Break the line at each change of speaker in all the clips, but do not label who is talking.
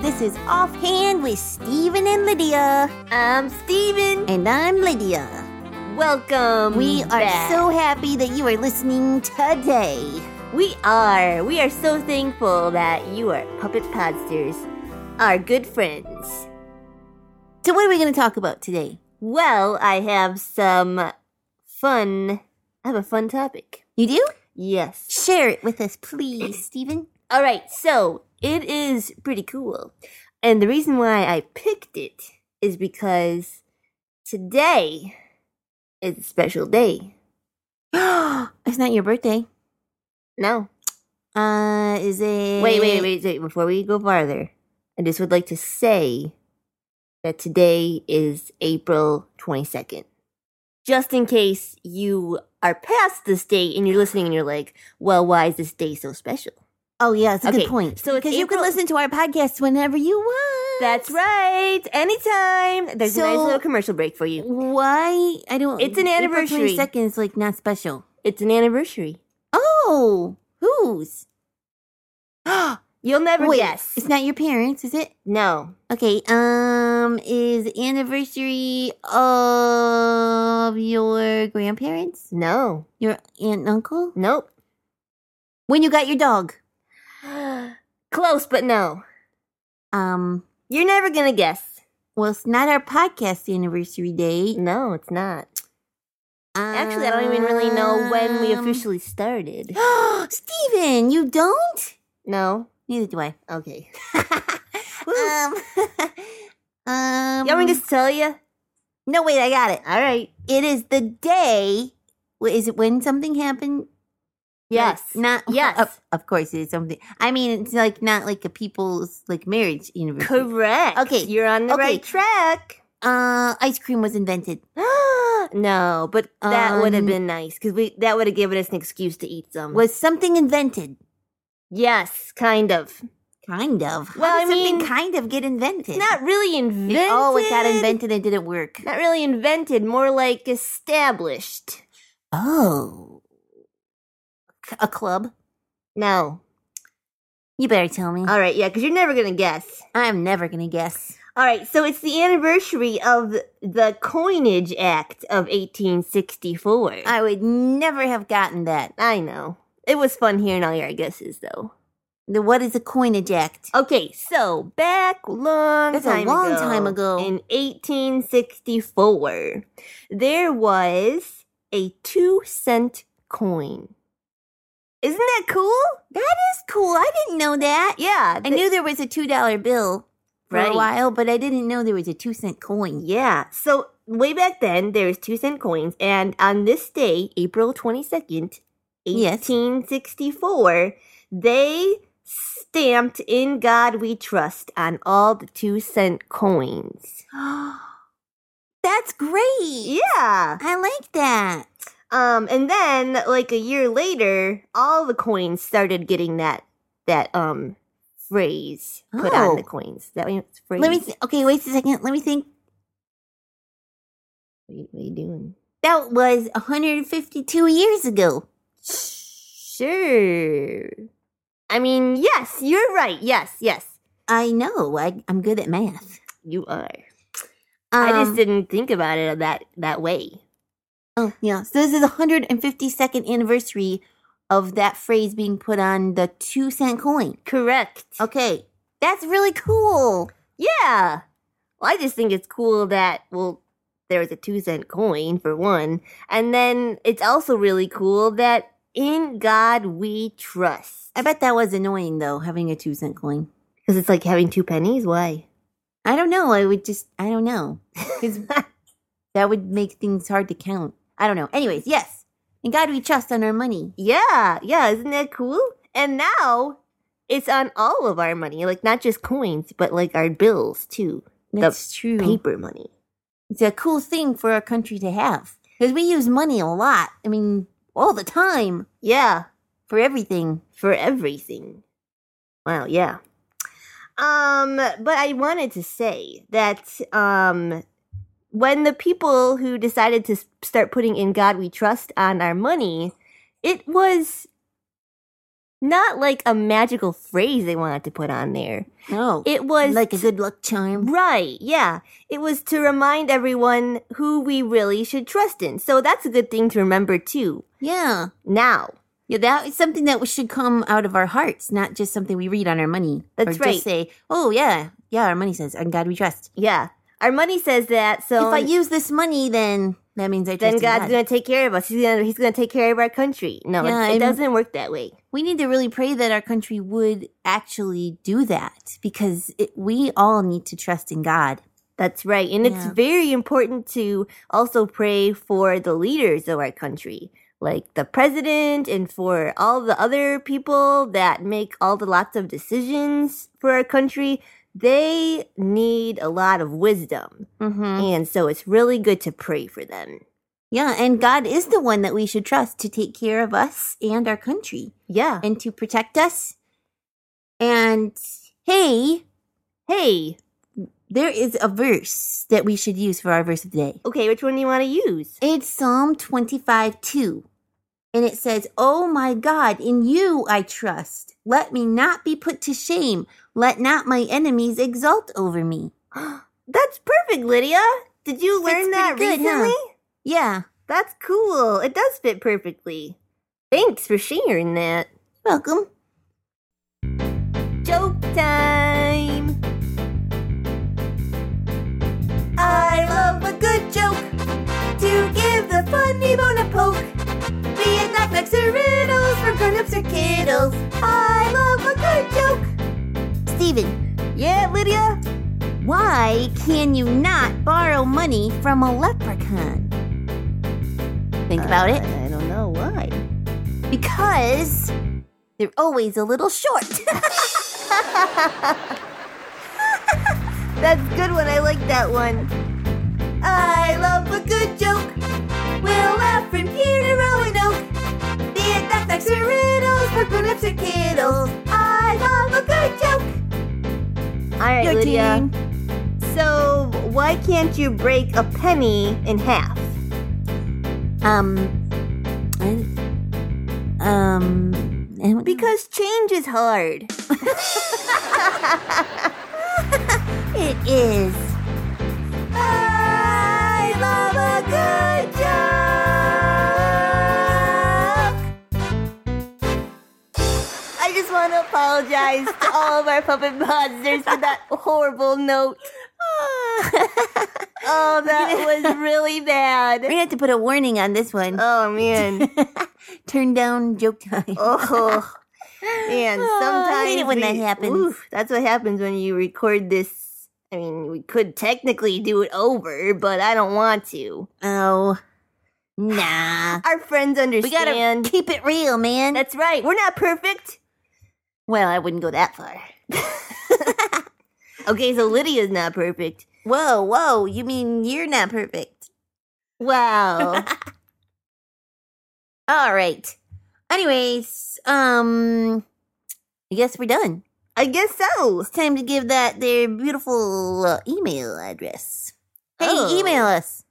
classes offhand with Stephen and Lydia.
I'm Um, Steven.
And I'm Lydia.
Welcome.
We are
Mm, back.
so happy that you are listening today.
We are. We are so thankful that you are Puppet Podsters, our good friends.
So, what are we going to talk about today?
Well, I have some fun. I have a fun topic.
You do?
Yes.
Share it with us, please, Stephen.
All right. So it is pretty cool. And the reason why I picked it is because today is a special day.
it's not your birthday.
No.
Uh, is it?
Wait, wait, wait, wait. Before we go farther, I just would like to say that today is April 22nd. Just in case you are past this date and you're listening and you're like, well, why is this day so special?
Oh, yeah, that's a
Okay,
good point.
so it's
because you can
April-
listen to our podcast whenever you want.
That's right. Anytime. There's a
So-
nice little commercial break for you.
Why? I don't.
It's an anniversary.
Twenty seconds, like not special.
It's an anniversary.
Oh, whose?
You'll never
Wait,
guess.
Oh, it's not your parents, is it?
No.
Okay. Um, is the anniversary of your grandparents,
No.
your aunt, and uncle?
Nope.
When you got your dog?
Close, but no.
Um,
You're never going to guess.
well, it's not our podcast anniversary date.
No, it's not. Actually, I don't even really know when we
Um,
officially started.
Steven, you don't?
No.
Neither do I.
Okay.
um, um,
you want me to just tell you?
no, wait, I got it.
All right.
It is the day. wait, Is it when something happened?
Yes.
Like, not
Yes.
Of, of course, it is something. I mean, it's like not like a people's like marriage anniversary.
Correct.
Okay.
You're on the
Okay.
right track.
uh, ice cream was invented.
no, but that would have
Um,
been nice because we that would have given us an excuse to eat some.
Was something invented?
yes, kind of.
Kind of. How
Well,
did
I
something
mean-
kind of get invented.
Not really invented.
Oh, it got invented and didn't work.
Not really invented. More like established.
Oh, C- a club.
No.
You better tell me.
All right. Yeah, because you're never gonna guess.
I'm never gonna guess.
All right, so it's the anniversary of the Coinage Act of 1864. I,
I would never have gotten that.
I know. It was fun hearing all your guesses, though.
The what is a coinage act?
Okay, so back long
That's a
time
long time ago.
in 1864, there was a two cent coin. Isn't that cool?
That is cool. I didn't know that.
Yeah,
I
th-
knew there was a two dollar bill for a
Right.
while, but I didn't know there was a two cent coin.
Yeah. So way back then, there was two cent coins, and on this day, April twenty second,
Yes.
eighteen sixty four, they stamped "In God We Trust" on all the two cent coins.
That's great.
Yeah.
I like that.
Um, and then like a year later, all the coins started getting that that um phrase put
Oh.
on the coins. That means phrase.
Let me. Th- okay, wait a second. Let me think.
what are you doing?
That was 152 years ago.
Sure. I mean, yes, you're right. Yes, yes,
I know. I, I'm good at math.
you are. I
Um,
just didn't think about it that that way.
Oh, yeah. So this is the 152nd anniversary of that phrase being put on the two cent coin.
Correct.
Okay. That's really cool.
Oh, Yeah. Well, I just think it's cool that well, there was a two cent coin for one, and then it's also really cool that in God we trust
I bet that was annoying, though, having a two cent coin.
because it's like having two pennies. Why?
I don't know. I would just, I don't know. 'Cause that would make things hard to count. I don't know. Anyways, yes. In God we trust on our money.
Yeah, yeah, isn't that cool? And now it's on all of our money, like not just coins, but like our bills too,
That's true.
paper money.
It's a cool thing for our country to have. Because we use money a lot. I mean, all the time
Yeah,
for everything.
for everything. Wow, yeah. Um, but I wanted to say that um when the people who decided to s- start putting in God we trust on our money, it was Not like a magical phrase they wanted to put on there.
No.
It was
like a good luck charm.
Right, yeah. It was to remind everyone who we really should trust in. So that's a good thing to remember too.
Yeah.
Now,
Yeah, that is something that should come out of our hearts, not just something we read on our money.
That's
or
right.
Just say, oh yeah, yeah, our money says, "On God we trust."
yeah, our money says that. So
if I use this money, then that means I trust in
then God's
God.
gonna take care of us. He's gonna He's gonna take care of our country. No,
Yeah,
it, it
I'm-
doesn't work that way.
We need to really pray that our country would actually do that because it, we all need to trust in God.
That's right, and it's
Yeah.
very important to also pray for the leaders of our country, like the president, and for all the other people that make all the lots of decisions for our country. They need a lot of wisdom.
Mm-hmm.
And so it's really good to pray for them.
Yeah, and God is the one that we should trust to take care of us and our country
Yeah.
and to protect us. And hey,
Hey,
there is a verse that we should use for our verse of the day.
okay, which one do you want to use?
It's Psalm 25 2. And it says, Oh my God, in you I trust. Let me not be put to shame. Let not my enemies exult over me.
That's perfect, Lydia. Did you
Fits
learn that
pretty good, huh?
recently?
Yeah.
That's cool. It does fit perfectly. Thanks for sharing that.
Welcome.
Joke time! I love a good joke to give the funny bone a poke. Be it knockbacks or riddles for grown-ups or kiddles. I love a good joke.
Steven,
Yeah, Lydia.
why can you not borrow money from a leprechaun? Think about it.
Uh, I don't know why. Uh.
Because they're always a little short.
That's a good one. I like that one. I love a good joke. We'll laugh from here to Roanoke. Be it knockbacks or riddles for grown-ups or kiddles. I love a good joke. All right,
Your
Lydia.
turn.
So why can't you break a penny in half?
Um, I, um, I don't-
Because change is hard.
it is.
I love a good joke. I just want to apologize to all of our puppet monsters for that horrible note. Oh, that was really
We're
bad.
gonna have to put a warning on this one.
Oh man.
Turn down joke time.
Oh man.
Oh, I
Sometimes
hate it when that
we-
happens.
oof, that's what happens when you record this. I mean, we could technically do it over, but I don't want to.
Oh, nah.
Our friends
We gotta
understand.
keep it real, man.
That's right. We're not perfect.
well, I wouldn't go that far.
Okay, so Lydia's not perfect.
Whoa, whoa. You mean you're not perfect?
Wow.
All right. Anyways, um, I guess we're done.
I guess so.
It's time to give that their beautiful uh, email address. Hey,
Oh.
email us.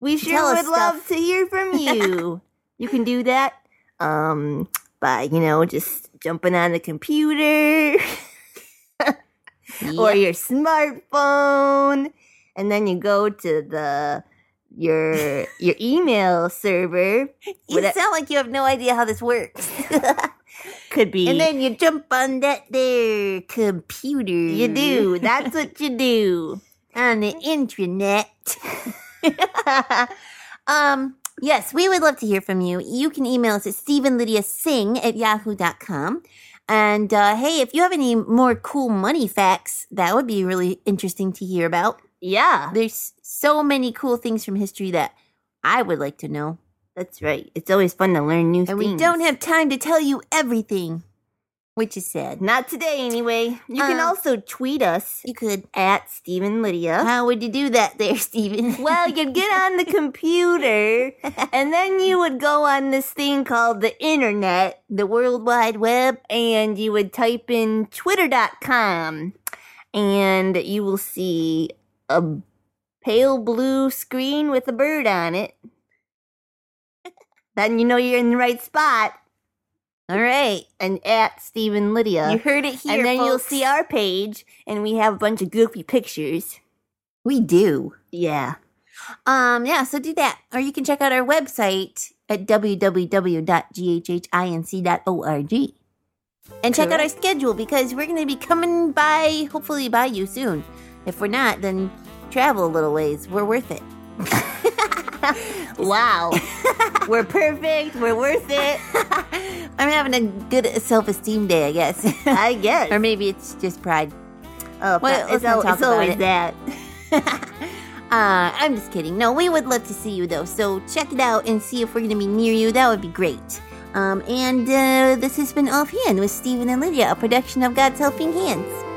We
Tell
sure
us
would love
stuff.
to hear from you. you can do that um by, you know, just jumping on the computer or
Yep.
your smartphone and then you go to the your your email server
you
whate-
sound like you have no idea how this works.
could be
And then you jump on that there computer.
you do. That's what you do.
on the intranet. um, yes, we would love to hear from you. You can email us at StephenLydiaSing at yahoo.com. And uh, hey, if you have any more cool money facts, that would be really interesting to hear about.
Yeah.
There's so many cool things from history that I would like to know.
That's right. It's always fun to learn new
And
things.
we don't have time to tell you everything, which is sad.
Not today, anyway. You can
Uh,
also tweet us
You could.
at Stephen Lydia.
How would you do that there, Stephen?
Well, you'd get on the computer, and then you would go on this thing called the internet,
the World Wide Web.
and you would type in twitter.com, and you will see a pale blue screen with a bird on it. then you know you're in the right spot.
All right.
and at Stephen Lydia.
You heard it here.
and then you'll
folks.
see our page, and we have a bunch of goofy pictures.
We do.
Yeah.
Um, yeah, so do that. Or you can check out our website at www.ghhinc.org. And check out our
Correct.
schedule because we're going to be coming by, hopefully, by you soon. If we're not, then travel a little ways. We're worth it.
Wow. We're perfect. We're worth it.
I'm having a good self esteem day, I guess.
I guess.
or maybe it's just pride.
Oh,
Well,
it's,
let's not
al-
talk
it's
about
always
it.
that.
uh, I'm just kidding. No, we would love to see you though. So check it out and see if we're going to be near you. That would be great. Um, and uh, this has been Offhand with Stephen and Lydia, a production of God's Helping Hands.